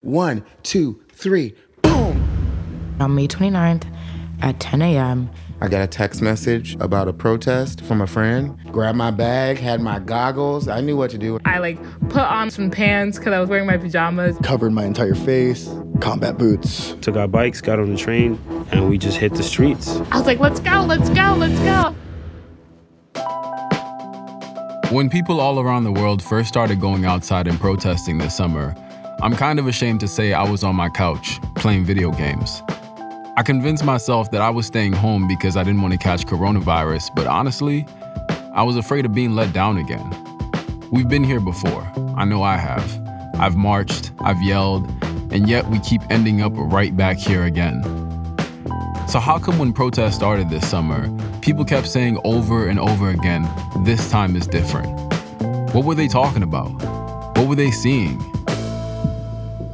One, two, three, boom! On May 29th at 10 a.m., I got a text message about a protest from a friend. Grabbed my bag, had my goggles. I knew what to do. I like put on some pants because I was wearing my pajamas. covered my entire face, combat boots. took our bikes, got on the train, and we just hit the streets. I was like, let's go, let's go, let's go. When people all around the world first started going outside and protesting this summer, I'm kind of ashamed to say I was on my couch playing video games. I convinced myself that I was staying home because I didn't want to catch coronavirus, but honestly, I was afraid of being let down again. We've been here before. I know I have. I've marched, I've yelled, and yet we keep ending up right back here again. So, how come when protests started this summer, people kept saying over and over again, this time is different? What were they talking about? What were they seeing?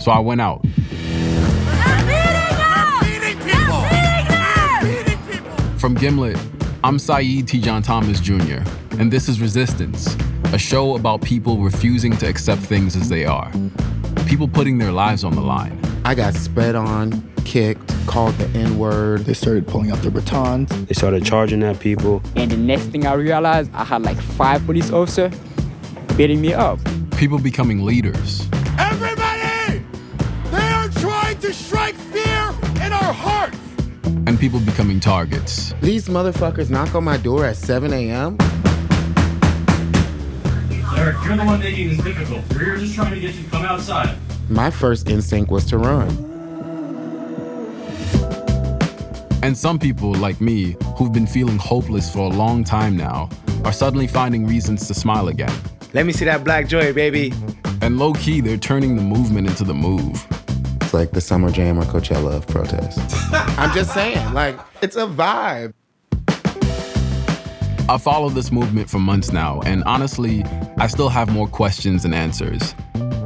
So, I went out. From Gimlet, I'm Saeed T. John Thomas Jr., and this is Resistance, a show about people refusing to accept things as they are, people putting their lives on the line. I got sped on, kicked, called the N word. They started pulling out their batons. They started charging at people. And the next thing I realized, I had like five police officers beating me up. people becoming leaders, Everybody! They are trying to strike fear in our hearts! and people becoming targets. These motherfuckers knock on my door at 7 a.m. Eric, you're the one making this difficult. We're just trying to get you to come outside. My first instinct was to run. And some people, like me, who've been feeling hopeless for a long time now, are suddenly finding reasons to smile again. Let me see that black joy, baby. And low key, they're turning the movement into the move. It's like the summer jam or Coachella of protest. I'm just saying, like, it's a vibe. I followed this movement for months now, and honestly, I still have more questions than answers.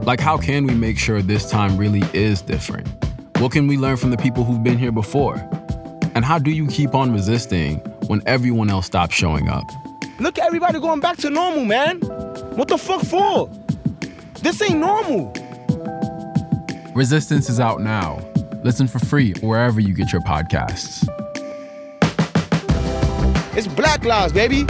Like, how can we make sure this time really is different? What can we learn from the people who've been here before? And how do you keep on resisting when everyone else stops showing up? Look at everybody going back to normal, man. What the fuck for? This ain't normal. Resistance is out now. Listen for free wherever you get your podcasts. It's black lives, baby.